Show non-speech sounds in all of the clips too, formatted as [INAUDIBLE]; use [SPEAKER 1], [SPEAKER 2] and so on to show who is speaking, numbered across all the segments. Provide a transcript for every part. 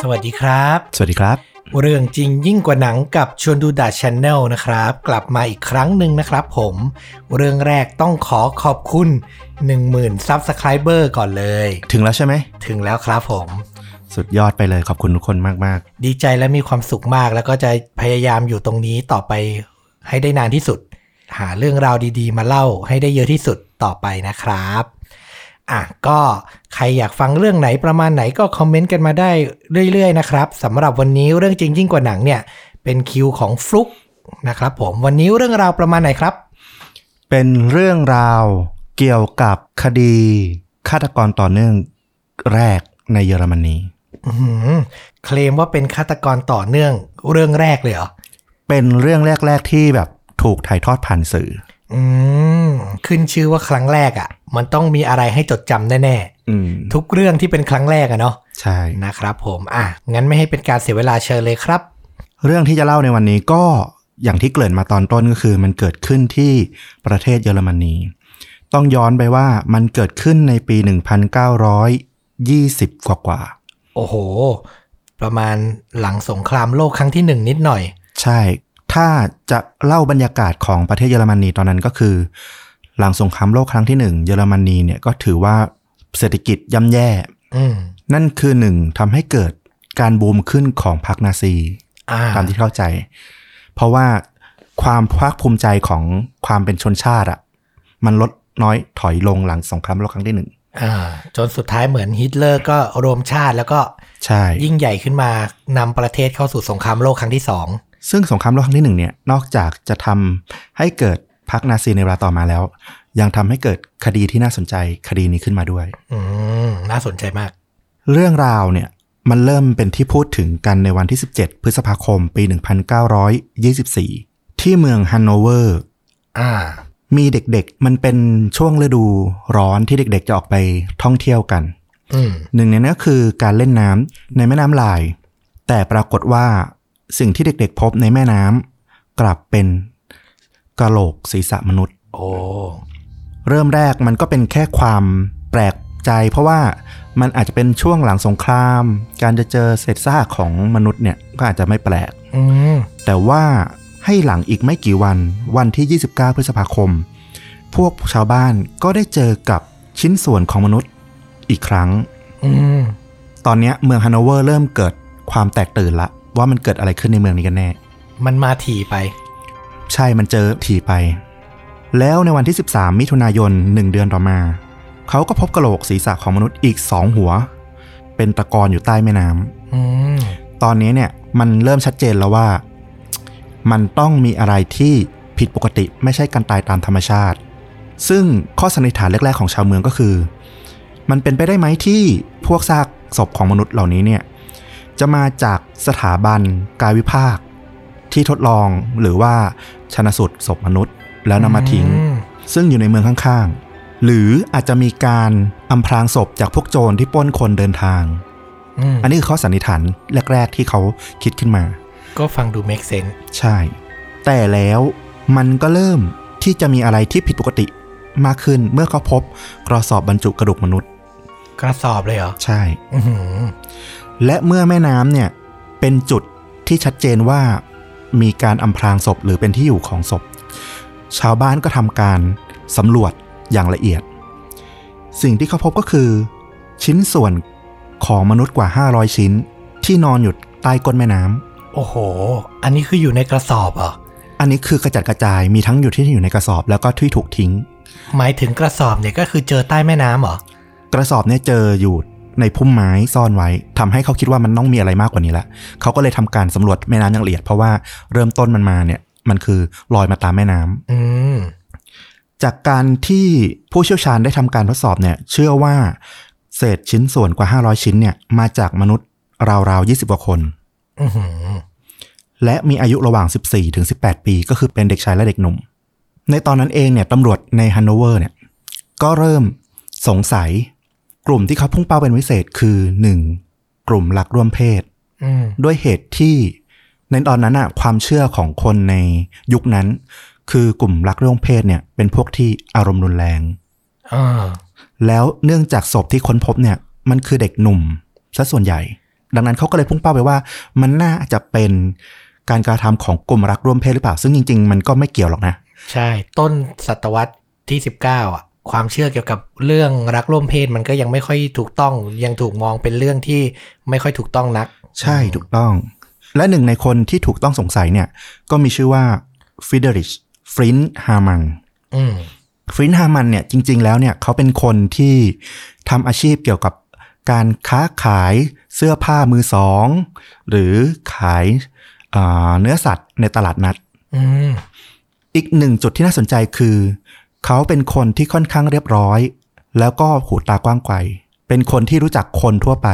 [SPEAKER 1] สวัสดีครับ
[SPEAKER 2] สวัสดีครับ
[SPEAKER 1] เรื่องจริงยิ่งกว่าหนังกับชวนดูดาชแนลนะครับ กลับมาอีกครั้งหนึ่งนะครับผม เรื่องแรกต้องขอขอบคุณ 10,000 Subscriber ก่อนเลย
[SPEAKER 2] ถึงแล้วใช่ไหม
[SPEAKER 1] ถึงแล้วครับผม
[SPEAKER 2] สุดยอดไปเลยขอบคุณทุกคนมาก
[SPEAKER 1] ดีใจและมีความสุขมากแล้วก็จะพยายามอยู่ตรงนี้ต่อไปให้ได้นานที่สุด หาเรื่องราวดีๆ มาเล่าให้ได้เยอะที่สุดต่อไปนะครับอ่ะก็ใครอยากฟังเรื่องไหนประมาณไหนก็คอมเมนต์กันมาได้เรื่อยๆนะครับสำหรับวันนี้เรื่องจริงยิ่งกว่าหนังเนี่ยเป็นคิวของฟลุกนะครับผมวันนี้เรื่องราวประมาณไหนครับ
[SPEAKER 2] ๆ เป็นเรื่องราวเกี่ยวกับคดีฆาตกรต่อเนื่องแรกในเยอรมนี
[SPEAKER 1] อื้อหือเคลมว่าเป็นฆาตกรต่อเนื่องเรื่องแรกเลยเหรอ
[SPEAKER 2] เป็นเรื่องแรก ๆ ที่แบบถูกถ่ายทอดผ่านสื่อ
[SPEAKER 1] อืมขึ้นชื่อว่าครั้งแรกอะ่ะ มันต้องมีอะไรให้จดจำแน่
[SPEAKER 2] อืม
[SPEAKER 1] ๆ ทุกเรื่องที่เป็นครั้งแรกอะเนาะ
[SPEAKER 2] ใช่
[SPEAKER 1] นะครับผมอ่ะงั้นไม่ให้เป็นการเสียเวลาเชิญเลยครับ
[SPEAKER 2] เรื่องที่จะเล่าในวันนี้ก็อย่างที่เกริ่นมาตอนต้นก็คือ มันเกิดขึ้นที่ประเทศเยอรมนี ต้องย้อนไปว่ามันเกิดขึ้นในปี 1920 กว่ากว่า
[SPEAKER 1] โอ้โห ประมาณหลังสงครามโลกครั้งที่หนึ่งนิดหน่อย
[SPEAKER 2] ๆใช่ ถ้าจะเล่าบรรยากาศของประเทศเยอรมนีตอนนั้นก็คือ หลังสงครามโลกครั้งที่หนึ่งเยอรมนีเนี่ยก็ถือว่าเศรษฐกิจย่ำแย่
[SPEAKER 1] อืม
[SPEAKER 2] นั่นคือหนึ่งทำให้เกิดการบูมขึ้นของพรรคนาซี
[SPEAKER 1] อ่า
[SPEAKER 2] ตามที่เข้าใจ เพราะว่าความภาคภูมิใจของความเป็นชนชาติอะมันลดน้อยถอยลงหลังสงครามโลกครั้งที่หนึ่ง
[SPEAKER 1] อ่า จนสุดท้ายเหมือนฮิตเลอร์ก็รวมชาติแล้วก็
[SPEAKER 2] ใช่
[SPEAKER 1] ยิ่งใหญ่ขึ้นมานำประเทศเข้าสู่สงครามโลกครั้งที่สอง
[SPEAKER 2] ซึ่งสงครามโลกครั้งที่หนึ่งเนี่ยนอกจากจะทำให้เกิดพรรคนาซีในเวลาต่อมาแล้ว ยังทำให้เกิดคดีที่น่าสนใจคดีนี้ขึ้นมาด้วย
[SPEAKER 1] อืมน่าสนใจมาก
[SPEAKER 2] เรื่องราวเนี่ยมันเริ่มเป็นที่พูดถึงกันในวันที่ 17 พฤษภาคม ปี 1924 ที่เมืองฮันโนเวอร์
[SPEAKER 1] อ่า
[SPEAKER 2] มีเด็กๆ มันเป็นช่วงฤดูร้อนที่เด็กๆ จะออกไปท่องเที่ยวกัน
[SPEAKER 1] อืม
[SPEAKER 2] หนึ่งในนั้นก็คือการเล่นน้ำในแม่น้ำลาย แต่ปรากฏว่าสิ่งที่เด็กๆ พบในแม่น้ำกลับเป็นกะโหลกศีรษะมนุษย์
[SPEAKER 1] โอ้
[SPEAKER 2] เริ่มแรกมันก็เป็นแค่ความแปลกใจเพราะว่ามันอาจจะเป็นช่วงหลังสงคราม การจะเจอเศษซากของมนุษย์เนี่ยก็อาจจะไม่แปลก
[SPEAKER 1] อืม
[SPEAKER 2] แต่ว่าให้หลังอีกไม่กี่วันวันที่ 29 พฤษภาคม พวกชาวบ้านก็ได้เจอกับชิ้นส่วนของมนุษย์อีกครั้ง
[SPEAKER 1] อืม
[SPEAKER 2] ตอนเนี้ยเมืองฮันโนเวอร์เริ่มเกิดความแตกตื่นละ ว่ามันเกิดอะไรขึ้นในเมืองนี้กันแน่
[SPEAKER 1] มันมาถี่ไป
[SPEAKER 2] ใช่มันเจอถี่ไป แล้วในวันที่ 13 มิถุนายนหนึ่งเดือนต่อมา เขาก็พบกระโหลกศีรษะของมนุษย์อีกสองหัว เป็นตะกอนอยู่ใต้แม่น้ำ
[SPEAKER 1] อืม
[SPEAKER 2] ตอนนี้เนี่ยมันเริ่มชัดเจนแล้วว่า มันต้องมีอะไรที่ผิดปกติไม่ใช่การตายตามธรรมชาติ ซึ่งข้อสันนิษฐานแรก ๆ ของชาวเมืองก็คือ มันเป็นไปได้ไหมที่พวกซากศพของมนุษย์เหล่านี้เนี่ยจะมาจากสถาบันกายวิภาค ที่ทดลองหรือว่าชนสูตรศพมนุษย์ แล้วนำมาทิ้ง
[SPEAKER 1] อืม
[SPEAKER 2] ซึ่งอยู่ในเมืองข้างๆ หรืออาจจะมีการอำพรางศพจากพวกโจรที่ปล้นคนเดินทาง
[SPEAKER 1] อืม
[SPEAKER 2] อันนี้คือข้อสันนิษฐานแรก ๆ ที่เขาคิดขึ้นมา
[SPEAKER 1] ก็ฟังดู make sense
[SPEAKER 2] ใช่ แต่แล้วมันก็เริ่มที่จะมีอะไรที่ผิดปกติมากขึ้นเมื่อเขาพบกระสอบบรรจุกระดูกมนุษย์
[SPEAKER 1] กระสอบเลยเหรอ
[SPEAKER 2] ใช่
[SPEAKER 1] อือหือ
[SPEAKER 2] และเมื่อแม่น้ำเนี่ย เป็นจุดที่ชัดเจนว่ามีการอำพรางศพหรือเป็นที่อยู่ของศพ ชาวบ้านก็ทำการสำรวจอย่างละเอียด สิ่งที่เขาพบก็คือ ชิ้นส่วนของมนุษย์กว่า 500 ชิ้น ที่นอนอยู่ใต้ก้นแม่น้ำ
[SPEAKER 1] โอ้โห อันนี้คืออยู่ในกระสอบเหรอ
[SPEAKER 2] อันนี้คือกระจัดกระจายมีทั้งอยู่ที่อยู่ในกระสอบแล้วก็ที่ถูกทิ้ง
[SPEAKER 1] หมายถึงกระสอบเนี่ยก็คือเจอใต้แม่น้ำเหรอ
[SPEAKER 2] กระสอบเนี่ยเจออยู่ในพุ่มไม้ซ่อนไว้ทำให้เขาคิดว่ามันต้องมีอะไรมากกว่านี้ละเขาก็เลยทำการสำรวจแม่น้ำอย่างละเอียด เพราะว่าเริ่มต้นมันมาเนี่ยมันคือลอยมาตามแม่น้ำ
[SPEAKER 1] อืม
[SPEAKER 2] จากการที่ผู้เชี่ยวชาญได้ทำการทดสอบเนี่ยเชื่อว่าเศษชิ้นส่วนกว่า 500 ชิ้นเนี่ยมาจากมนุษย์ราวๆ20กว่าคน
[SPEAKER 1] อือหือ
[SPEAKER 2] และมีอายุระหว่าง 14 ถึง 18 ปี ก็คือเป็นเด็กชายและเด็กหนุ่ม ในตอนนั้นเองเนี่ยตำรวจในฮันโนเวอร์เนี่ยก็เริ่มสงสัยกลุ่มที่เขาพุ่งเป้าเป็นพิเศษคือ 1. กลุ่มรักร่วมเพศ
[SPEAKER 1] อืม
[SPEAKER 2] ด้วยเหตุที่ในตอนนั้นอะความเชื่อของคนในยุคนั้น คือกลุ่มรักร่วมเพศเนี่ยเป็นพวกที่อารมณ์รุนแรง
[SPEAKER 1] อ่า
[SPEAKER 2] แล้วเนื่องจากศพที่ค้นพบเนี่ยมันคือเด็กหนุ่มซะส่วนใหญ่ ดังนั้นเขาก็เลยพุ่งเป้าไปว่า มันน่าจะเป็นการกระทำของกลุ่มรักร่วมเพศหรือเปล่า ซึ่งจริง ๆ มันก็ไม่เกี่ยวหรอกนะ
[SPEAKER 1] ใช่ ต้นศตวรรษที่ 19 อ่ะ ความเชื่อเกี่ยวกับเรื่องรักร่วมเพศมันก็ยังไม่ค่อยถูกต้อง ยังถูกมองเป็นเรื่องที่ไม่ค่อยถูกต้องนัก
[SPEAKER 2] ใช่ถูกต้อง และหนึ่งในคนที่ถูกต้องสงสัยเนี่ย ก็มีชื่อว่าฟิเดริชฟรินฮามัง
[SPEAKER 1] อืม
[SPEAKER 2] ฟรินฮามันเนี่ยจริง ๆ แล้วเนี่ยเขาเป็นคนที่ทำอาชีพเกี่ยวกับการค้าขายเสื้อผ้ามือสอง หรือขายอ่าเนื้อสัตว์ในตลาดนัด
[SPEAKER 1] อืม
[SPEAKER 2] อีกหนึ่งจุดที่น่าสนใจคือ เขาเป็นคนที่ค่อนข้างเรียบร้อย แล้วก็หูตากว้างไกวเป็นคนที่รู้จักคนทั่วไป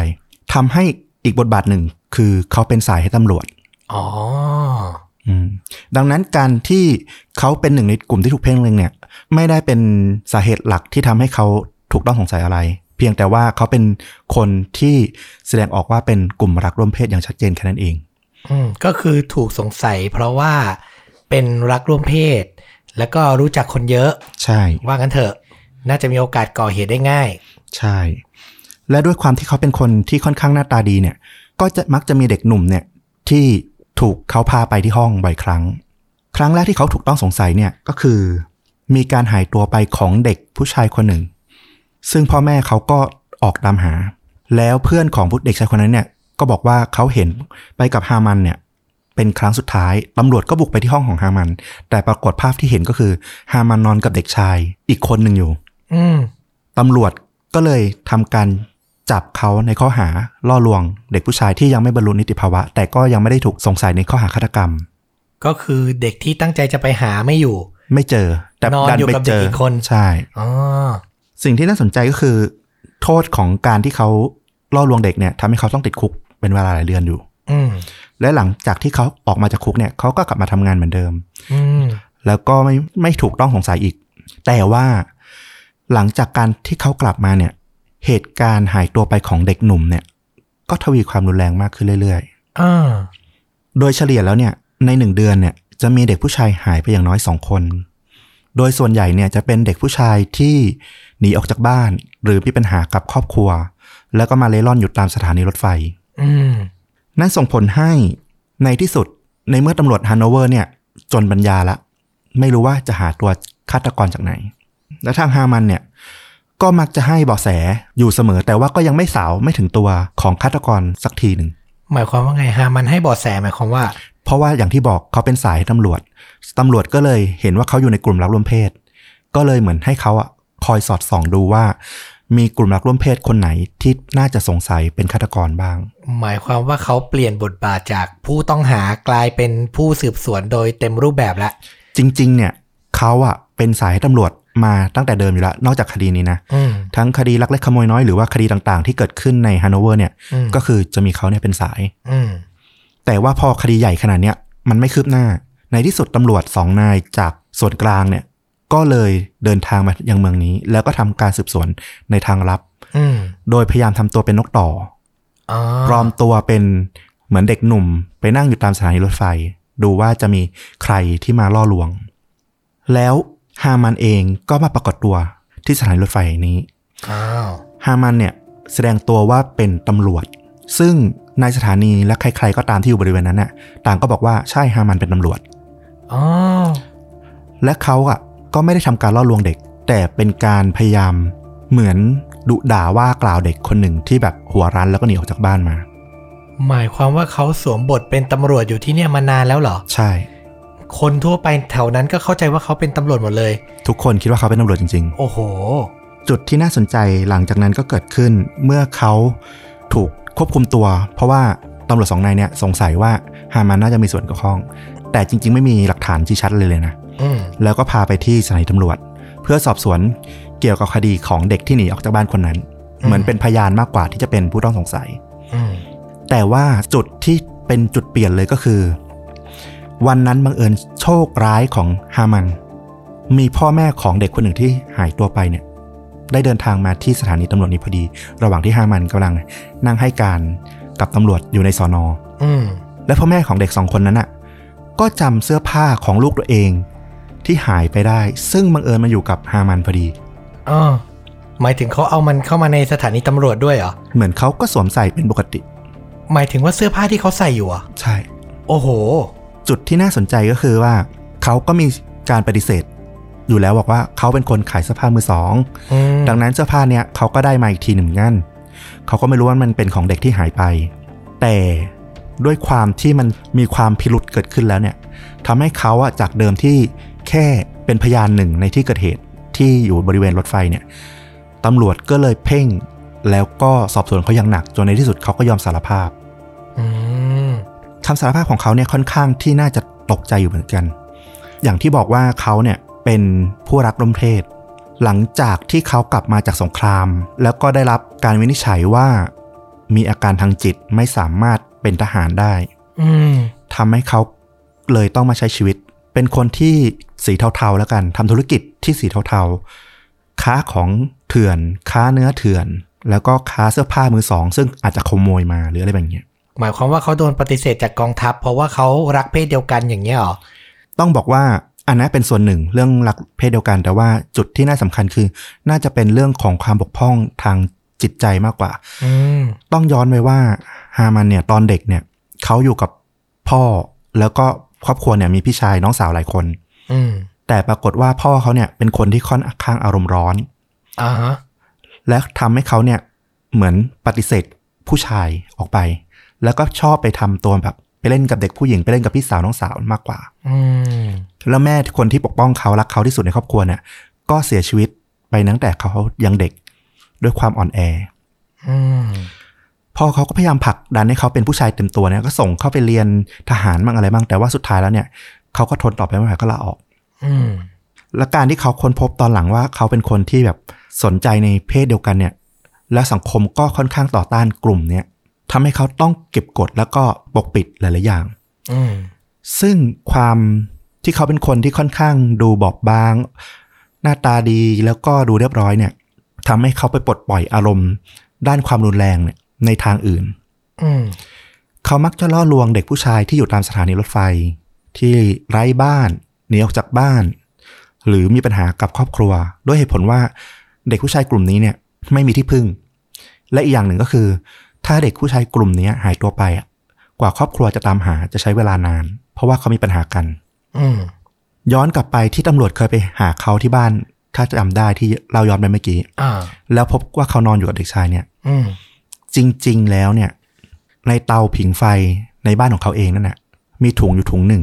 [SPEAKER 2] ทำให้อีกบทบาทหนึ่งคือเขาเป็นสายให้ตำรวจ
[SPEAKER 1] อ๋อ
[SPEAKER 2] อืมดังนั้นการที่เขาเป็นหนึ่งในกลุ่มที่ถูกเพ่งเล็งเนี่ย ไม่ได้เป็นสาเหตุหลักที่ทำให้เขาถูกต้องสงสัยอะไร เพียงแต่ว่าเขาเป็นคนที่แสดงออกว่าเป็นกลุ่มรักร่วมเพศอย่างชัดเจนแค่นั้นเอง
[SPEAKER 1] อืม ก็คือถูกสงสัยเพราะว่าเป็นรักร่วมเพศ แล้วก็รู้จักคนเยอะ
[SPEAKER 2] ใช่
[SPEAKER 1] ว่างั้นเถอะ น่าจะมีโอกาสก่อเหตุได้ง่าย
[SPEAKER 2] ใช่ และด้วยความที่เขาเป็นคนที่ค่อนข้างหน้าตาดีเนี่ย ก็จะมักจะมีเด็กหนุ่มเนี่ยที่ถูกเขาพาไปที่ห้องบ่อยครั้ง ครั้งแรกที่เขาถูกต้องสงสัยเนี่ยก็คือ มีการหายตัวไปของเด็กผู้ชายคนหนึ่ง ซึ่งพ่อแม่เขาก็ออกตามหา แล้วเพื่อนของผู้เด็กชายคนนั้นเนี่ยก็บอกว่าเขาเห็นไปกับฮามันเนี่ยเป็นครั้งสุดท้ายตำรวจก็บุกไปที่ห้องของฮามัน แต่ปรากฏภาพที่เห็นก็คือฮามันนอนกับเด็กชายอีกคนหนึ่งอยู่
[SPEAKER 1] อืม
[SPEAKER 2] ตำรวจก็เลยทำการจับเขาในข้อหาล่อลวง เด็กผู้ชายที่ยังไม่บรรลุนิติภาวะ แต่ก็ยังไม่ได้ถูกสงสัยในข้อหาฆาตกรรม
[SPEAKER 1] ก็คือเด็กที่ตั้งใจจะไปหาไม่อยู่
[SPEAKER 2] ไม่เจอ แต่
[SPEAKER 1] นอน
[SPEAKER 2] ดัน
[SPEAKER 1] อยู่
[SPEAKER 2] ไป
[SPEAKER 1] กับ
[SPEAKER 2] เจ
[SPEAKER 1] เด็ก
[SPEAKER 2] อ
[SPEAKER 1] อีกคน
[SPEAKER 2] ใช่
[SPEAKER 1] อ๋อ
[SPEAKER 2] สิ่งที่น่าสนใจก็คือ โทษของการที่เขาล่อลวงเด็กเนี่ยทำให้เขาต้องติดคุกเป็นเวลาหลายเดือนอยู่
[SPEAKER 1] อืม
[SPEAKER 2] และหลังจากที่เขาออกมาจากคุกเนี่ยเขาก็กลับมาทำงานเหมือนเดิม
[SPEAKER 1] อืม
[SPEAKER 2] แล้วก็ไม่ไม่ถูกต้องสงสัยอีก แต่ว่าหลังจากการที่เขากลับมาเนี่ย เหตุการณ์หายตัวไปของเด็กหนุ่มเนี่ย ก็ทวีความรุนแรงมากขึ้นเรื่อย
[SPEAKER 1] อ่า
[SPEAKER 2] ๆ โดยเฉลี่ยแล้วเนี่ยในหนึ่งเดือนเนี่ยจะมีเด็กผู้ชายหายไปอย่างน้อยสองคน โดยส่วนใหญ่เนี่ยจะเป็นเด็กผู้ชายที่หนีออกจากบ้าน หรือมีปัญหากับครอบครัว แล้วก็มาเล่ร่อนอยู่ตามสถานีรถไฟ
[SPEAKER 1] อืม
[SPEAKER 2] นั่นส่งผลให้ในที่สุดในเมื่อตำรวจฮันโนเวอร์เนี่ย จนปัญญาละ ไม่รู้ว่าจะหาตัวฆาตกรจากไหน และทางฮามันเนี่ย ก็มักจะให้เบาะแสอยู่เสมอ แต่ว่าก็ยังไม่สาวไม่ถึงตัวของฆาตกรสักทีหนึ่ง
[SPEAKER 1] หมายความว่าไงฮะ มันให้เบอดแสหมายความว่า
[SPEAKER 2] เพราะว่าอย่างที่บอกเขาเป็นสายตำรวจ ตำรวจก็เลยเห็นว่าเขาอยู่ในกลุ่มรักร่วมเพศ ก็เลยเหมือนให้เขาอะคอยสอดส่องดูว่า มีกลุ่มรักร่วมเพศคนไหนที่น่าจะสงสัยเป็นฆาตกรบ้าง
[SPEAKER 1] หมายความว่าเขาเปลี่ยนบทบาทจากผู้ต้องหากลายเป็นผู้สืบสวนโดยเต็มรูปแบบละ
[SPEAKER 2] จริง ๆ เนี่ยเขาอะเป็นสายให้ตำรวจมาตั้งแต่เดิมอยู่แล้ว นอกจากคดีนี้นะ
[SPEAKER 1] อืม
[SPEAKER 2] ทั้งคดีลักเล็กขโมยน้อยหรือว่าคดีต่างๆ ที่เกิดขึ้นในฮันโนเวอร์เนี่ย
[SPEAKER 1] อืม
[SPEAKER 2] ก็คือจะมีเขาเนี่ยเป็นสาย
[SPEAKER 1] อืม
[SPEAKER 2] แต่ว่าพอคดีใหญ่ขนาดเนี้ยมันไม่คืบหน้า ในที่สุดตำรวจสองนายจากส่วนกลางเนี่ยก็เลยเดินทางมายังเมืองนี้ แล้วก็ทำการสืบสวนในทางลับ
[SPEAKER 1] อืม
[SPEAKER 2] โดยพยายามทำตัวเป็นนกต่อ
[SPEAKER 1] อ๋อ
[SPEAKER 2] ปลอมตัวเป็นเหมือนเด็กหนุ่ม ไปนั่งอยู่ตามสถานีรถไฟ ดูว่าจะมีใครที่มาล่อลวง แล้วฮามันเองก็มาปรากฏตัวที่สถานีรถไฟแห่งนี้
[SPEAKER 1] อ้าว
[SPEAKER 2] ฮามันเนี่ยแสดงตัวว่าเป็นตำรวจ ซึ่งในสถานีและใครๆก็ตามที่อยู่บริเวณนั้นน่ะต่างก็บอกว่าใช่ฮามันเป็นตำรวจ
[SPEAKER 1] อ๋อ
[SPEAKER 2] และเขาอ่ะก็ไม่ได้ทำการล่อลวงเด็ก แต่เป็นการพยายามเหมือนดุด่าว่ากล่าวเด็กคนหนึ่งที่แบบหัวร้านแล้วก็หนีออกจากบ้านมา
[SPEAKER 1] หมายความว่าเขาสวมบทเป็นตำรวจอยู่ที่เนี่ยมานานแล้วเหรอ
[SPEAKER 2] ใช่
[SPEAKER 1] คนทั่วไปแถวนั้นก็เข้าใจว่าเขาเป็นตำรวจหมดเลย
[SPEAKER 2] ทุกคนคิดว่าเขาเป็นตำรวจจริง
[SPEAKER 1] โอ้โห
[SPEAKER 2] ๆ จุดที่น่าสนใจหลังจากนั้นก็เกิดขึ้น เมื่อเขาถูกควบคุมตัว เพราะว่าตำรวจสองนายเนี่ยสงสัยว่าฮามันน่าจะมีส่วนเกี่ยวข้อง แต่จริง ๆ ไม่มีหลักฐานชี้ชัดเลยเลยนะ
[SPEAKER 1] อืม
[SPEAKER 2] แล้วก็พาไปที่สถานีตำรวจ เพื่อสอบสวนเกี่ยวกับคดีของเด็กที่หนีออกจากบ้านคนนั้น
[SPEAKER 1] อืม
[SPEAKER 2] เหมือนเป็นพยานมากกว่าที่จะเป็นผู้ต้องสงสัย
[SPEAKER 1] อืม
[SPEAKER 2] แต่ว่าจุดที่เป็นจุดเปลี่ยนเลยก็คือ วันนั้นบังเอิญโชคร้ายของฮามัน มีพ่อแม่ของเด็กคนหนึ่งที่หายตัวไปเนี่ย ได้เดินทางมาที่สถานีตำรวจนี้พอดี ระหว่างที่ฮามันกำลังนั่งให้การกับตำรวจอยู่ในสอนอ
[SPEAKER 1] อืม
[SPEAKER 2] และพ่อแม่ของเด็กสองคนนั้นน่ะก็จำเสื้อผ้าของลูกตัวเองที่หายไปได้ ซึ่งบังเอิญมันอยู่กับฮามันพอดี
[SPEAKER 1] อ๋อหมายถึงเขาเอามันเข้ามาในสถานีตำรวจด้วยเหรอ
[SPEAKER 2] เหมือนเขาก็สวมใส่เป็นปกติ
[SPEAKER 1] หมายถึงว่าเสื้อผ้าที่เขาใส่อยู่เหรอ่ะ
[SPEAKER 2] ใช่
[SPEAKER 1] โอ้โห
[SPEAKER 2] จุดที่น่าสนใจก็คือว่า เขาก็มีการปฏิเสธ อยู่แล้วบอกว่าเขาเป็นคนขายเสื้อผ้ามือสอง
[SPEAKER 1] อืม
[SPEAKER 2] ดังนั้นเสื้อผ้าเนี่ยเขาก็ได้มาอีกทีหนึ่งเหมือนกันเขาก็ไม่รู้ว่ามันเป็นของเด็กที่หายไป แต่ด้วยความที่มันมีความพิรุษเกิดขึ้นแล้วเนี่ยทำให้เขาอะจากเดิมที่แค่เป็นพยานหนึ่งในที่เกิดเหตุที่อยู่บริเวณรถไฟเนี่ยตำรวจก็เลยเพ่ง แล้วก็สอบสวนเขาอย่างหนักจนในที่สุดเขาก็ยอมสารภาพ
[SPEAKER 1] อืม
[SPEAKER 2] คำสารภาพของเขาเนี่ยค่อนข้างที่น่าจะตกใจอยู่เหมือนกัน อย่างที่บอกว่าเขาเนี่ยเป็นผู้รักร่วมเพศ หลังจากที่เขากลับมาจากสงคราม แล้วก็ได้รับการวินิจฉัยว่า มีอาการทางจิตไม่สามารถเป็นทหารได้
[SPEAKER 1] อืม
[SPEAKER 2] ทำให้เขาเลยต้องมาใช้ชีวิต เป็นคนที่สีเทาๆแล้วกันทำธุรกิจที่สีเทาๆ ค้าของเถื่อน ค้าเนื้อเถื่อน แล้วก็ค้าเสื้อผ้ามือสอง ซึ่งอาจจะขโมยมาหรืออะไรแบบเนี้ย
[SPEAKER 1] หมายความว่าเขาโดนปฏิเสธจากกองทัพ เพราะว่าเขารักเพศเดียวกันอย่างเงี้ยเหรอ
[SPEAKER 2] ต้องบอกว่าอันนั้นเป็นส่วนหนึ่งเรื่องรักเพศเดียวกันแต่ว่าจุดที่น่าสำคัญคือ น่าจะเป็นเรื่องของความบกพร่องทางจิตใจมากกว่า
[SPEAKER 1] อืม
[SPEAKER 2] ต้องย้อนไปว่าฮามันเนี่ยตอนเด็กเนี่ยเขาอยู่กับพ่อแล้วก็ครอบครัวเนี่ยมีพี่ชายน้องสาวหลายคน
[SPEAKER 1] อืม
[SPEAKER 2] แต่ปรากฏว่าพ่อเขาเนี่ยเป็นคนที่ค่อนข้างอารมณ์ร้อน
[SPEAKER 1] อ่าฮะ
[SPEAKER 2] และทำให้เขาเนี่ยเหมือนปฏิเสธผู้ชายออกไป แล้วก็ชอบไปทำตัวแบบไปเล่นกับเด็กผู้หญิงไปเล่นกับพี่สาวน้องสาวมากกว่า
[SPEAKER 1] อืม
[SPEAKER 2] แล้วแม่คนที่ปกป้องเขารักเขาที่สุดในครอบครัวเนี่ยก็เสียชีวิตไปตั้งแต่เขายังเด็กด้วยความอ่อนแอ
[SPEAKER 1] อืม
[SPEAKER 2] พ่อเขาก็พยายามผลักดันให้เขาเป็นผู้ชายเต็มตัวเนี่ยก็ส่งเข้าไปเรียนทหารบ้างอะไรบ้างแต่ว่าสุดท้ายแล้วเนี่ยเขาก็ทนต่อไปไม่ไหวก็ลาออก
[SPEAKER 1] อืม
[SPEAKER 2] และการที่เขาค้นพบตอนหลังว่าเขาเป็นคนที่แบบสนใจในเพศเดียวกันเนี่ยและสังคมก็ค่อนข้างต่อต้านกลุ่มเนี่ยทำให้เขาต้องเก็บกดแล้วก็ปกปิดหลายๆอย่าง
[SPEAKER 1] อืม
[SPEAKER 2] ซึ่งความที่เขาเป็นคนที่ค่อนข้างดูบอบบาง หน้าตาดีแล้วก็ดูเรียบร้อยเนี่ยทำให้เขาไปปลดปล่อยอารมณ์ ด้านความรุนแรงเนี่ยในทางอื่น
[SPEAKER 1] อืม
[SPEAKER 2] เขามักจะล่อลวงเด็กผู้ชายที่อยู่ตามสถานีรถไฟ ที่ไร้บ้านหนีออกจากบ้าน หรือมีปัญหากับครอบครัว ด้วยเหตุผลว่าเด็กผู้ชายกลุ่มนี้เนี่ยไม่มีที่พึ่ง และอีกอย่างหนึ่งก็คือ ถ้าเด็กผู้ชายกลุ่มนี้หายตัวไปอะกว่าครอบครัวจะตามหาจะใช้เวลานาน เพราะว่าเขามีปัญหากัน
[SPEAKER 1] อืม
[SPEAKER 2] ย้อนกลับไปที่ตำรวจเคยไปหาเขาที่บ้าน ถ้าจำได้ที่เราย้อนไปเมื่อกี้
[SPEAKER 1] อ่า
[SPEAKER 2] แล้วพบว่าเขานอนอยู่กับเด็กชายเนี่ย
[SPEAKER 1] อืม
[SPEAKER 2] จริง ๆ แล้วเนี่ย ในเตาผิงไฟในบ้านของเขาเองนั่นน่ะ มีถุงอยู่ถุงหนึ่ง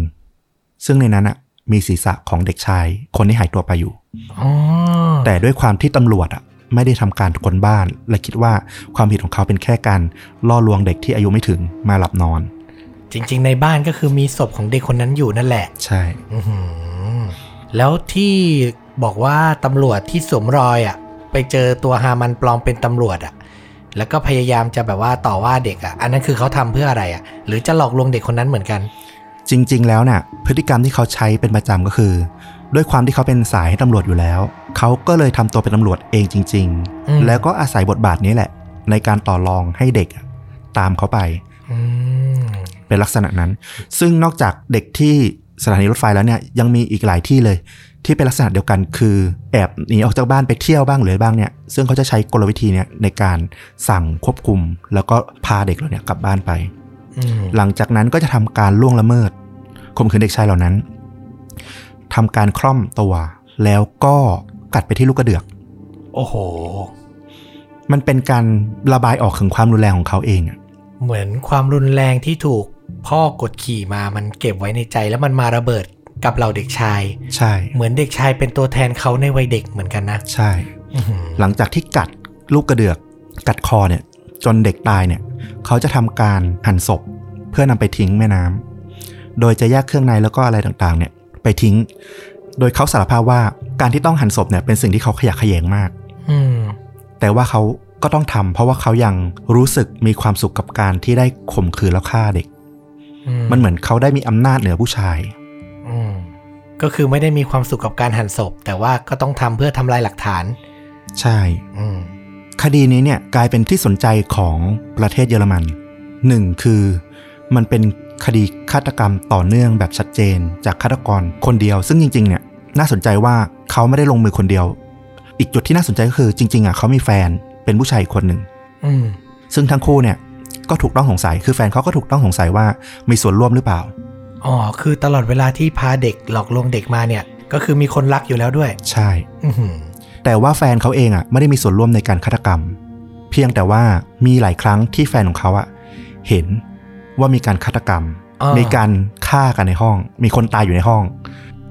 [SPEAKER 2] ซึ่งในนั้นน่ะ มีศีรษะของเด็กชาย คนที่หายตัวไปอยู่
[SPEAKER 1] อ๋อ
[SPEAKER 2] แต่ด้วยความที่ตำรวจอ่ะไม่ได้ทำการค้นบ้าน และคิดว่าความผิดของเขาเป็นแค่การล่อลวงเด็กที่อายุไม่ถึงมาหลับนอน
[SPEAKER 1] จริง ๆ ในบ้านก็คือมีศพของเด็กคนนั้นอยู่นั่นแหละ
[SPEAKER 2] ใช่
[SPEAKER 1] อื้อหือแล้วที่บอกว่าตำรวจที่สวมรอยอ่ะ ไปเจอตัวฮามันปลอมเป็นตำรวจอ่ะ แล้วก็พยายามจะแบบว่าต่อว่าเด็กอ่ะ อันนั้นคือเขาทำเพื่ออะไรอ่ะ หรือจะหลอกลวงเด็กคนนั้นเหมือนกัน
[SPEAKER 2] จริง ๆ แล้วน่ะ พฤติกรรมที่เขาใช้เป็นประจำก็คือ ด้วยความที่เขาเป็นสายให้ตำรวจอยู่แล้ว เขาก็เลยทำตัวเป็นตำรวจเองจริง
[SPEAKER 1] อืม
[SPEAKER 2] ๆ แล้วก็อาศัยบทบาทนี้แหละ ในการต่อรองให้เด็กอะตามเขาไป
[SPEAKER 1] อืม
[SPEAKER 2] เป็นลักษณะนั้น ซึ่งนอกจากเด็กที่สถานีรถไฟแล้วเนี่ยยังมีอีกหลายที่เลย ที่เป็นลักษณะเดียวกันคือแอบหนีออกจากบ้านไปเที่ยวบ้างหรืออะไรบ้างเนี่ยซึ่งเขาจะใช้กลวิธีเนี่ยในการสั่งควบคุม แล้วก็พาเด็กเหล่าเนี้กลับบ้านไป
[SPEAKER 1] อืม
[SPEAKER 2] หลังจากนั้นก็จะทำการล่วงละเมิดข่มขืนเด็กชายเหล่านั้นทำการคล่อมตัว แล้วก็กัดไปที่ลูกกระเดือก
[SPEAKER 1] โอ้โห
[SPEAKER 2] มันเป็นการระบายออกถึงความรุนแรงของเขาเองอะ
[SPEAKER 1] เหมือนความรุนแรงที่ถูกพ่อกดขี่มามันเก็บไว้ในใจแล้วมันมาระเบิดกับเราเด็กชาย
[SPEAKER 2] ใช่
[SPEAKER 1] เหมือนเด็กชายเป็นตัวแทนเขาในวัยเด็กเหมือนกันนะ
[SPEAKER 2] ใช่
[SPEAKER 1] อื้อหือ
[SPEAKER 2] หลังจากที่กัดลูกกระเดือก กัดคอเนี่ย จนเด็กตายเนี่ย เขาจะทำการหั่นศพเพื่อนำไปทิ้งแม่น้ำโดยจะแยกเครื่องในแล้วก็อะไรต่างๆ เนี่ยไปทิ้ง โดยเขาสารภาพว่าการที่ต้องหั่นศพเนี่ยเป็นสิ่งที่เขาขยะแขยงมาก
[SPEAKER 1] อืม
[SPEAKER 2] แต่ว่าเขาก็ต้องทำเพราะว่าเขายังรู้สึกมีความสุขกับการที่ได้ข่มขืนแล้วฆ่าเด็ก
[SPEAKER 1] อืม
[SPEAKER 2] มันเหมือนเขาได้มีอำนาจเหนือผู้ชาย
[SPEAKER 1] อืมก็คือไม่ได้มีความสุขกับการหั่นศพ แต่ว่าก็ต้องทำเพื่อทำลายหลักฐาน
[SPEAKER 2] ใช่
[SPEAKER 1] อืม
[SPEAKER 2] คดีนี้เนี่ยกลายเป็นที่สนใจของประเทศเยอรมันหนึ่งคือมันเป็นคดีฆาตกรรมต่อเนื่องแบบชัดเจน จากฆาตกรคนเดียว ซึ่งจริงๆเนี่ยน่าสนใจว่าเขาไม่ได้ลงมือคนเดียว อีกจุดที่น่าสนใจก็คือจริงๆอ่ะเขามีแฟนเป็นผู้ชายอีกคนหนึ่ง
[SPEAKER 1] อืม
[SPEAKER 2] ซึ่งทั้งคู่เนี่ย ก็ถูกต้องสงสัย คือแฟนเขาก็ถูกต้องสงสัยว่ามีส่วนร่วมหรือเปล่า
[SPEAKER 1] อ๋อคือตลอดเวลาที่พาเด็กหลอกลวงเด็กมาเนี่ย ก็คือมีคนรักอยู่แล้วด้วย
[SPEAKER 2] ใช่
[SPEAKER 1] อือหือ
[SPEAKER 2] แต่ว่าแฟนเขาเองอ่ะไม่ได้มีส่วนร่วมในการฆาตกรรม เพียงแต่ว่ามีหลายครั้งที่แฟนของเขาอ่ะเห็นว่ามีการฆาตกรรม
[SPEAKER 1] อ่
[SPEAKER 2] มีการฆ่ากันในห้อง มีคนตายอยู่ในห้อง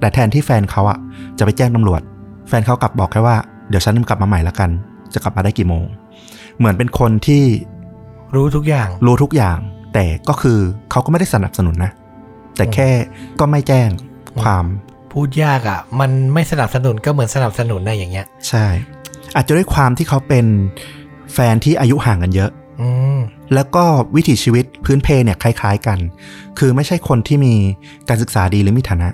[SPEAKER 2] แต่แทนที่แฟนเขาอ่ะจะไปแจ้งตำรวจ แฟนเขากลับบอกแค่ว่าเดี๋ยวฉันกลับมาใหม่ละกัน จะกลับมาได้กี่โมง เหมือนเป็นคนที่
[SPEAKER 1] รู้ทุกอย่าง
[SPEAKER 2] รู้ทุกอย่าง แต่ก็คือเขาก็ไม่ได้สนับสนุนนะ แต่แค่ก็ไม่แจ้งความ
[SPEAKER 1] พูดยากอะ่ะ มันไม่สนับสนุนก็เหมือนสนับสนุนนะอย่างเงี้ย
[SPEAKER 2] ใช่ อาจจะด้วยความที่เขาเป็นแฟนที่อายุห่างกันเยอะ
[SPEAKER 1] อืม
[SPEAKER 2] แล้วก็วิถีชีวิตพื้นเพเนี่ยคล้ายๆกัน คือไม่ใช่คนที่มีการศึกษาดีหรือมีฐานะ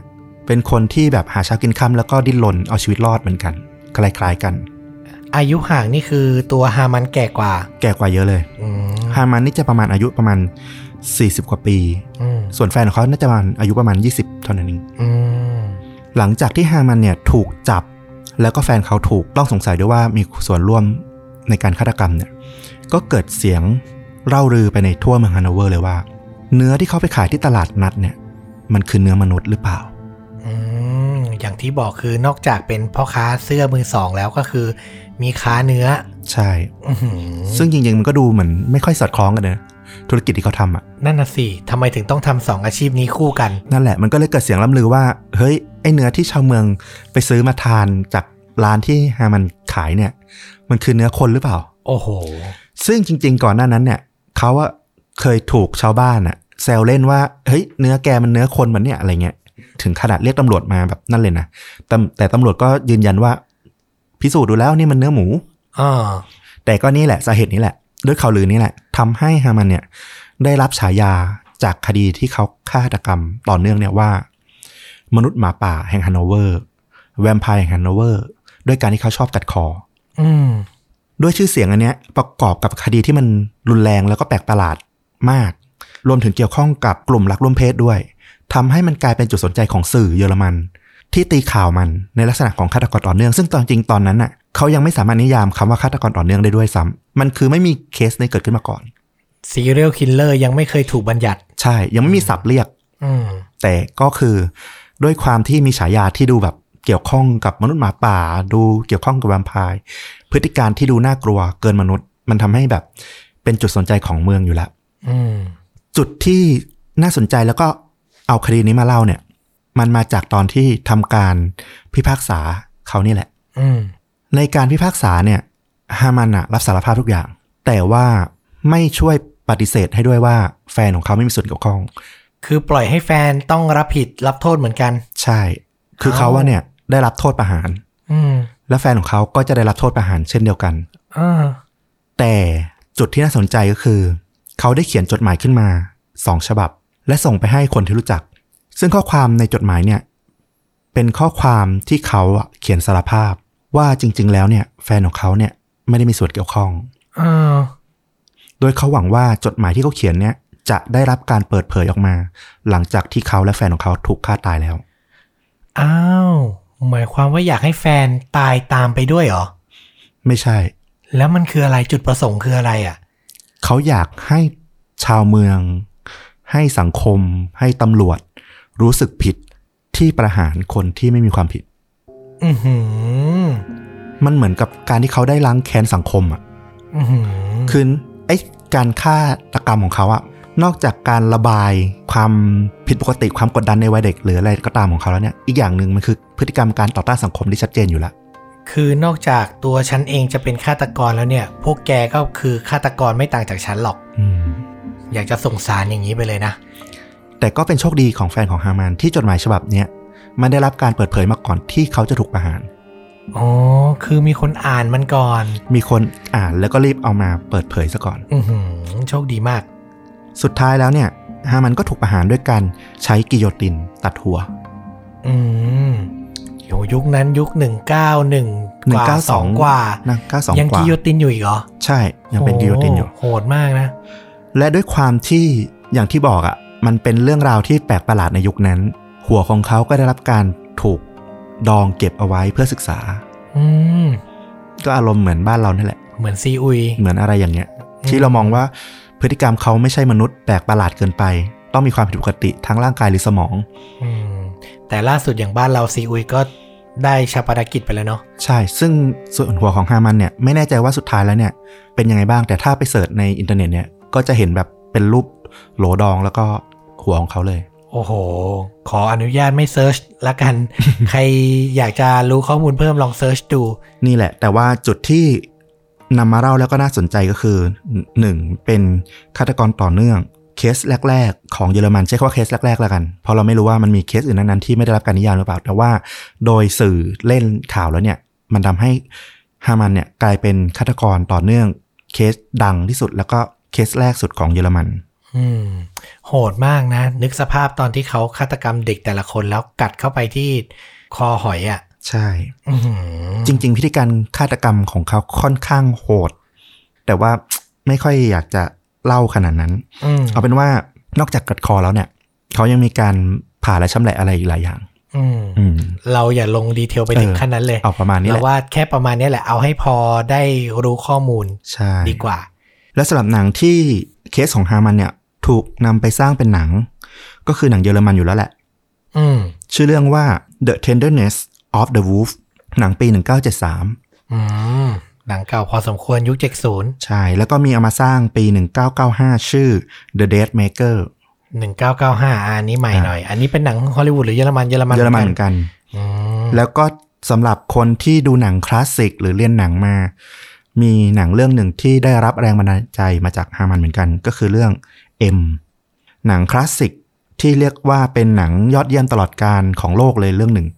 [SPEAKER 2] เป็นคนที่แบบหาเช้ากินค่ำแล้วก็ดิ้นรนเอาชีวิตรอดเหมือนกัน คล้ายๆกัน
[SPEAKER 1] อายุห่างนี่คือตัวฮามันแก่กว่า
[SPEAKER 2] แก่กว่าเยอะเลย
[SPEAKER 1] อืม
[SPEAKER 2] ฮามันนี่จะประมาณอายุประมาณ 40 กว่าปี
[SPEAKER 1] อืม
[SPEAKER 2] ส่วนแฟนของเขาน่าจะประมาณอายุประมาณ 20 เท่านั้นเอง
[SPEAKER 1] อืม
[SPEAKER 2] หลังจากที่ฮามันเนี่ยถูกจับ แล้วก็แฟนเขาถูกต้องสงสัยด้วยว่ามีส่วนร่วมในการฆาตกรรมเนี่ยก็เกิดเสียงเล่าลือไปในทั่วเมืองฮานโนเวอร์เลยว่า เนื้อที่เขาไปขายที่ตลาดนัดเนี่ยมันคือเนื้อมนุษย์หรือเปล่า
[SPEAKER 1] อืมอย่างที่บอกคือนอกจากเป็นพ่อค้าเสื้อมือสองแล้วก็คือ มีค้าเนื้อ
[SPEAKER 2] ใช่
[SPEAKER 1] อือหือ
[SPEAKER 2] ซึ่งจริงๆมันก็ดูเหมือนไม่ค่อยสอดคล้องกันเลยนะธุรกิจที่เขาทำอ่ะ
[SPEAKER 1] นั่นน่ะสิทำไมถึงต้องทำสองอาชีพนี้คู่กัน
[SPEAKER 2] นั่นแหละมันก็เลยเกิดเสียงล่ำลือว่า เฮ้ยไอเนื้อที่ชาวเมืองไปซื้อมาทานจากร้านที่ฮามันขายเนี่ย มันคือเนื้อคนหรือเปล่า
[SPEAKER 1] โอ้โห
[SPEAKER 2] ซึ่งจริงๆ ก่อนหน้านั้นเนี่ยเขาอะเคยถูกชาวบ้านอะแซวเล่นว่าเฮ้ยเนื้อแกมันเนื้อคนมันเนี่ยอะไรเงี้ย ถึงขนาดเรียกตำรวจมาแบบนั่นเลยนะแต่แต่ตำรวจก็ยืนยันว่า พิสูจน์ดูแล้วนี่มันเนื้อหมู
[SPEAKER 1] อ่า
[SPEAKER 2] แต่ก็นี่แหละสาเหตุนี้แหละ ด้วยข่าวลือนี่แหละทำให้ฮามันเนี่ยได้รับฉายาจากคดีที่เขาฆาตกรรมต่อเนื่องเนี่ยว่า มนุษย์หมาป่าแห่งฮันโนเวอร์แวมไพร์แห่งฮันโนเวอร์ด้วยการที่เขาชอบกัดคอ
[SPEAKER 1] อืม
[SPEAKER 2] ด้วยชื่อเสียงอันเนี้ยประกอบกับคดีที่มันรุนแรงแล้วก็แปลกประหลาดมาก รวมถึงเกี่ยวข้องกับกลุ่มรักร่วมเพศด้วยทำให้มันกลายเป็นจุดสนใจของสื่อเยอรมัน ที่ตีข่าวมันในลักษณะของฆาตกรต่อเนื่อง ซึ่งตอนจริงตอนนั้นน่ะเขายังไม่สามารถนิยามคำว่าฆาตกรต่อเนื่องได้ด้วยซ้ำมันคือไม่มีเคสนี้เกิดขึ้นมาก่อน
[SPEAKER 1] ซีเรียลคิลเลอร์ยังไม่เคยถูกบัญญัติ
[SPEAKER 2] ใช่ยังไม่มีศัพท์เรียก
[SPEAKER 1] อืม
[SPEAKER 2] แต่ก็คือด้วยความที่มีฉายาที่ดูแบบเกี่ยวข้องกับมนุษย์หมาป่า ดูเกี่ยวข้องกับแวมไพร์พฤติการที่ดูน่ากลัวเกินมนุษย์ มันทำให้แบบเป็นจุดสนใจของเมืองอยู่แล้ว
[SPEAKER 1] อืม
[SPEAKER 2] จุดที่น่าสนใจแล้วก็เอาคดีนี้มาเล่าเนี่ย มันมาจากตอนที่ทำการพิพากษาเขานี่แหละ
[SPEAKER 1] อืม
[SPEAKER 2] ในการพิพากษาเนี่ยฮามันอะรับสารภาพทุกอย่าง แต่ว่าไม่ช่วยปฏิเสธให้ด้วยว่าแฟนของเขาไม่มีส่วนเกี่ยวข้อง
[SPEAKER 1] คือปล่อยให้แฟนต้องรับผิดรับโทษเหมือนกัน
[SPEAKER 2] ใช่ คือเขาว่าเนี่ยได้รับโทษประหาร
[SPEAKER 1] อืม
[SPEAKER 2] และแฟนของเขาก็จะได้รับโทษประหารเช่นเดียวกัน
[SPEAKER 1] อ่า
[SPEAKER 2] แต่จุดที่น่าสนใจก็คือ เขาได้เขียนจดหมายขึ้นมาสองฉบับ และส่งไปให้คนที่รู้จัก ซึ่งข้อความในจดหมายเนี่ย เป็นข้อความที่เขาอะเขียนสารภาพ ว่าจริง ๆ แล้วเนี่ย แฟนของเขาเนี่ยไม่ได้มีส่วนเกี่ยวข้อง
[SPEAKER 1] อ่า
[SPEAKER 2] โดยเขาหวังว่าจดหมายที่เขาเขียนเนี่ยจะได้รับการเปิดเผยออกมา หลังจากที่เขาและแฟนของเขาถูกฆ่าตายแล้ว
[SPEAKER 1] อ้าว หมายความว่าอยากให้แฟนตายตามไปด้วยเหรอ
[SPEAKER 2] ไม่ใช่
[SPEAKER 1] แล้วมันคืออะไรจุดประสงค์คืออะไรอ่ะ
[SPEAKER 2] เขาอยากให้ชาวเมือง ให้สังคม ให้ตำรวจ รู้สึกผิดที่ประหารคนที่ไม่มีความผิด
[SPEAKER 1] อือหือ
[SPEAKER 2] มันเหมือนกับการที่เขาได้ล้างแค้นสังคมอ่ะ
[SPEAKER 1] อือหือ
[SPEAKER 2] คือไอ้การฆ่าตกรรมของเขาอ่ะนอกจากการระบายความผิดปกติความกดดันในวัยเด็ก หรืออะไรก็ตามของเขาแล้วเนี่ยอีกอย่างหนึ่งมันคือพฤติกรรมการต่อต้านสังคมที่ชัดเจนอยู่แล้ว
[SPEAKER 1] คือนอกจากตัวฉันเองจะเป็นฆาตกรแล้วเนี่ย พวกแกก็คือฆาตกรไม่ต่างจากฉันหรอก
[SPEAKER 2] อืม
[SPEAKER 1] อยากจะส่งสารอย่างนี้ไปเลยนะ
[SPEAKER 2] แต่ก็เป็นโชคดีของแฟนของฮามานที่จดหมายฉบับเนี้ยมันได้รับการเปิดเผยมาก่อนที่เขาจะถูกประหาร
[SPEAKER 1] อ๋อ คือมีคนอ่านมันก่อน
[SPEAKER 2] มีคนอ่านแล้วก็รีบเอามาเปิดเผยซะก่อน
[SPEAKER 1] อือหือ โชคดีมาก
[SPEAKER 2] สุดท้ายแล้วเนี่ยฮามันก็ถูกประหารด้วยการใช้กิโยตินตัดหัว
[SPEAKER 1] อืมโหยุคนั้นยุคหนึ่งเก้าหนึ่งกว่าสอง
[SPEAKER 2] 192
[SPEAKER 1] กว่า
[SPEAKER 2] นะ92
[SPEAKER 1] ยัง
[SPEAKER 2] กว่า
[SPEAKER 1] กิโยตินอยู่อีกเหรอ
[SPEAKER 2] ใช่ยังเป็นกิโยตินอยู่
[SPEAKER 1] โหดมากนะ
[SPEAKER 2] และด้วยความที่อย่างที่บอกอะ่ะ มันเป็นเรื่องราวที่แปลกประหลาดในยุคนั้น หัวของเขาก็ได้รับการถูกดองเก็บเอาไว้เพื่อศึกษา
[SPEAKER 1] อืม
[SPEAKER 2] ก็อารมณ์เหมือนบ้านเรานี่แหละ
[SPEAKER 1] เหมือนซีอุย
[SPEAKER 2] เหมือนอะไรอย่างเงี้ย
[SPEAKER 1] อืม
[SPEAKER 2] ที่เรามองว่า พฤติกรรมเขาไม่ใช่มนุษย์แปลกประหลาดเกินไป ต้องมีความผิดปกติทั้งร่างกายหรือสมอง
[SPEAKER 1] อืมแต่ล่าสุดอย่างบ้านเราซีอุยก็ได้ชาปนกิจไปแล้วเนาะ
[SPEAKER 2] ใช่ ซึ่งส่วนหัวของฮามันเนี่ยไม่แน่ใจว่าสุดท้ายแล้วเนี่ยเป็นยังไงบ้าง แต่ถ้าไปเสิร์ชในอินเทอร์เน็ตเนี่ยก็จะเห็นแบบเป็นรูปโหลดองแล้วก็หัวของเขาเลย
[SPEAKER 1] โอ้โห ขออนุญาตไม่เซิร์ชละ
[SPEAKER 2] [LAUGHS]
[SPEAKER 1] กัน ใครอยากจะรู้ข้อมูลเพิ่มลองเซิร์ชดู
[SPEAKER 2] นี่แหละ แต่ว่าจุดที่นำมาเล่าแล้วก็น่าสนใจก็คือ 1. เป็นฆาตกรต่อเนื่อง เคสแรก ๆ ของเยอรมันใช้คำว่าเคสแรก ๆ แล้วกัน เพราะเราไม่รู้ว่ามันมีเคสอื่นนั้นๆที่ไม่ได้รับการนิยามหรือเปล่า แต่ว่าโดยสื่อเล่นข่าวแล้วเนี่ย มันทำให้ฮามันเนี่ยกลายเป็นฆาตกรต่อเนื่อง เคสดังที่สุดแล้วก็เคสแรกสุดของเยอรมัน
[SPEAKER 1] อืม โหดมากนะ นึกสภาพตอนที่เขาฆาตกรรมเด็กแต่ละคนแล้วกัดเข้าไปที่คอหอยอะ่ะ
[SPEAKER 2] ใช่
[SPEAKER 1] อื้อหือ
[SPEAKER 2] จริง ๆ พิธีการฆาตกรรมของเขาค่อนข้างโหด แต่ว่าไม่ค่อยอยากจะเล่าขนาดนั้น
[SPEAKER 1] อืม
[SPEAKER 2] เอาเป็นว่านอกจากกัดคอแล้วเนี่ย เขายังมีการผ่าและชำแหละอะไรอีกหลายอย่าง
[SPEAKER 1] อืม
[SPEAKER 2] อืม
[SPEAKER 1] เราอย่าลงดีเทลไปถึง
[SPEAKER 2] เออ
[SPEAKER 1] ขั้นนั้นเลย
[SPEAKER 2] เอาประมาณนี้แห
[SPEAKER 1] เรา
[SPEAKER 2] ละ
[SPEAKER 1] ว่าแค่ประมาณเนี้ยแหละเอาให้พอได้รู้ข้อมูล
[SPEAKER 2] ใช่
[SPEAKER 1] ดีกว่า
[SPEAKER 2] และสำหรับหนังที่เคสของฮามันเนี่ย ถูกนำไปสร้างเป็นหนัง ก็คือหนังเยอรมันอยู่แล้วแหละ
[SPEAKER 1] อืม
[SPEAKER 2] ชื่อเรื่องว่า The Tenderness of the Wolf หนังปี 1973
[SPEAKER 1] อืม หนังเก่าพอสมควรยุคเจ็ดศูนย์
[SPEAKER 2] ใช่ แล้วก็มีเอามาสร้างปี 1995 ชื่อ The Dead Maker
[SPEAKER 1] หนึ่งเก้าเก้าห้าอันนี้ใหม่หน่อย อันนี้เป็นหนังฮอลลีวูดหรือเยอรมันเยอรมัน
[SPEAKER 2] เยอรมันเหมือนกัน
[SPEAKER 1] อืม
[SPEAKER 2] แล้วก็สำหรับคนที่ดูหนังคลาสสิกหรือเรียนหนังมา มีหนังเรื่องหนึ่งที่ได้รับแรงบันดาลใจมาจากฮามันเหมือนกัน ก็คือเรื่อง M หนังคลาสสิกที่เรียกว่าเป็นหนังยอดเยี่ยมตลอดการของโลกเลยเรื่องหนึ่ง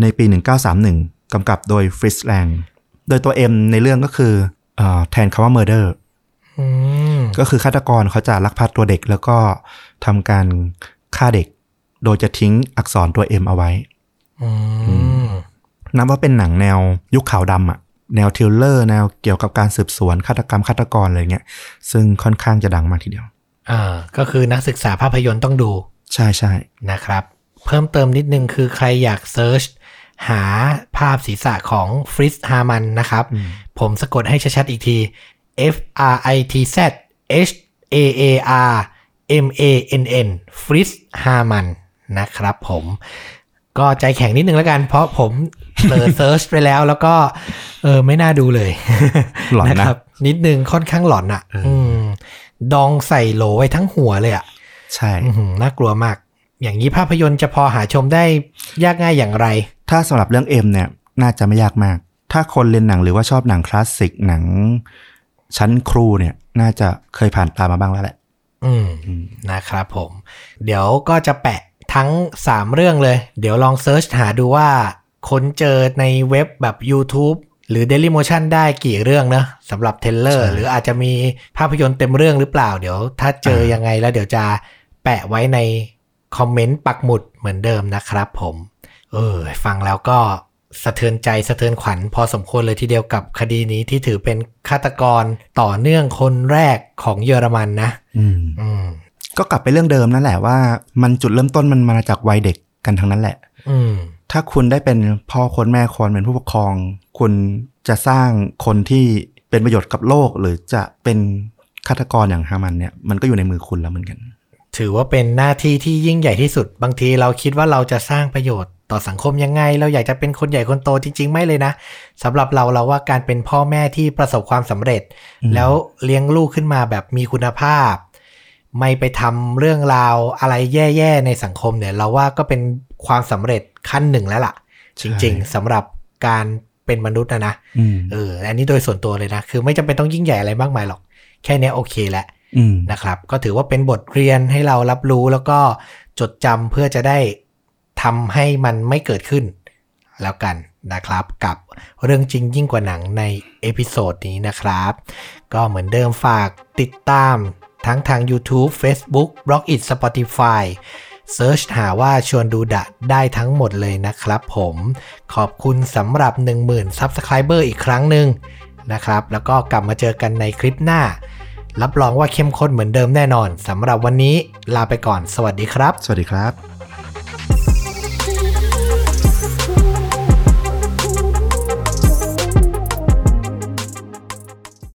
[SPEAKER 2] ในปี 1931กำกับโดยฟริสแลงโดยตัว M ในเรื่องก็คือเออแทนคำว่า Murder
[SPEAKER 1] อืม
[SPEAKER 2] ก็คือฆาตกรเขาจะลักพาตัวเด็ก แล้วก็ทำการฆ่าเด็ก โดยจะทิ้งอักษรตัว M เอาไว้
[SPEAKER 1] อืม
[SPEAKER 2] นับว่าเป็นหนังแนวยุคขาวดำอะแนวทริลเลอร์แนวเกี่ยวกับการสืบสวนฆาตกรรมฆาตกรอะไรเงี้ยซึ่งค่อนข้างจะดังมากทีเดียว
[SPEAKER 1] อ่า ก็คือนักศึกษาภาพยนตร์ต้องดู
[SPEAKER 2] ใช่ใช่
[SPEAKER 1] นะครับ เพิ่มเติมนิดนึงคือใครอยากเซิร์ชหาภาพศีรษะของฟริ z ฮามันนะครับ ผมสะกดให้ชัดๆอีกที F R I T Z H A A R M A N N ฟริ z ฮามันนะครับผม ก็ใจแข็งนิดนึงแล้วกัน เพราะผมเปิดเซิร์ชไปแล้ว [LAUGHS] แล้วก็เออไม่น่าดูเลย
[SPEAKER 2] หลอนนะ
[SPEAKER 1] ครับ [LAUGHS] นิดนึงค่อนข้างหลอนอะ่ะ
[SPEAKER 2] เอออื
[SPEAKER 1] มดองใส่โหลไว้ทั้งหัวเลยอะ่ะ
[SPEAKER 2] ใช่
[SPEAKER 1] อื้อหือน่ากลัวมาก อย่างนี้ภาพยนตร์จะพอหาชมได้ยากง่ายอย่างไร
[SPEAKER 2] ถ้าสำหรับเรื่องเอ็มเนี่ยน่าจะไม่ยากมาก ถ้าคนเรียนหนังหรือว่าชอบหนังคลาสสิกหนัง ชั้นครูเนี่ยน่าจะเคยผ่านตามาบ้างแล้วแหละ
[SPEAKER 1] อืม
[SPEAKER 2] อืม
[SPEAKER 1] นะครับผม เดี๋ยวก็จะแปะทั้ง 3 เรื่องเลย เดี๋ยวลองเซิร์ชหาดูว่า ค้นเจอในเว็บแบบ YouTube หรือ Daily Motion ได้กี่เรื่องนะสำหรับเทรลเลอร์
[SPEAKER 2] ใช่
[SPEAKER 1] หรืออาจจะมีภาพยนตร์เต็มเรื่องหรือเปล่า เดี๋ยวถ้าเจอยังไงแล้วเดี๋ยวจะแปะไว้ในคอมเมนต์ปักหมุดเหมือนเดิมนะครับผม เออ ฟังแล้วก็สะเทือนใจสะเทือนขวัญพอสมควรเลยทีเดียวกับคดีนี้ที่ถือเป็นฆาตกรต่อเนื่องคนแรกของเยอรมันนะ
[SPEAKER 2] อืม
[SPEAKER 1] อืม
[SPEAKER 2] ก็กลับไปเรื่องเดิมนั่นแหละว่า มันจุดเริ่มต้นมันมาจากวัยเด็กกันทั้งนั้นแหละ
[SPEAKER 1] อืม
[SPEAKER 2] ถ้าคุณได้เป็นพ่อคนแม่คนเป็นผู้ปกครอง คุณจะสร้างคนที่เป็นประโยชน์กับโลก หรือจะเป็นฆาตกรอย่างฮามันเนี่ยมันก็อยู่ในมือคุณแล้วเหมือนกัน
[SPEAKER 1] ถือว่าเป็นหน้าที่ที่ยิ่งใหญ่ที่สุด บางทีเราคิดว่าเราจะสร้างประโยชน์ต่อสังคมยังไง เราอยากจะเป็นคนใหญ่คนโตจริง ๆ ไม่เลยนะสำหรับเราเราว่าการเป็นพ่อแม่ที่ประสบความสำเร็จ
[SPEAKER 2] อืม
[SPEAKER 1] แล้วเลี้ยงลูกขึ้นมาแบบมีคุณภาพ ไม่ไปทำเรื่องราวอะไรแย่ๆในสังคมเนี่ย เราว่าก็เป็นความสำเร็จขั้นหนึ่งแล้วล่ะ จริง ๆสำหรับการเป็นมนุษย์นะนะ
[SPEAKER 2] อืม
[SPEAKER 1] เอออันนี้โดยส่วนตัวเลยนะคือไม่จำเป็นต้องยิ่งใหญ่อะไรมากมายหรอก แค่เนี้ยโอเคแหละ
[SPEAKER 2] อืม
[SPEAKER 1] นะครับก็ถือว่าเป็นบทเรียนให้เรารับรู้แล้วก็จดจำเพื่อจะได้ทำให้มันไม่เกิดขึ้น แล้วกันนะครับกับเรื่องจริงยิ่งกว่าหนังในเอพิโซดนี้นะครับ ก็เหมือนเดิมฝากติดตามทั้งทาง YouTube Facebook b l o g i t Spotify เซิร์ชหาว่าชวนดูดะได้ทั้งหมดเลยนะครับผมขอบคุณสำหรับ 10,000 Subscriber อีกครั้งหนึ่งนะครับ แล้วก็กลับมาเจอกันในคลิปหน้า รับรองว่าเข้มข้นเหมือนเดิมแน่นอนสำหรับวันนี้ลาไปก่อน สวัสดีครับ
[SPEAKER 2] สวัสดีครับ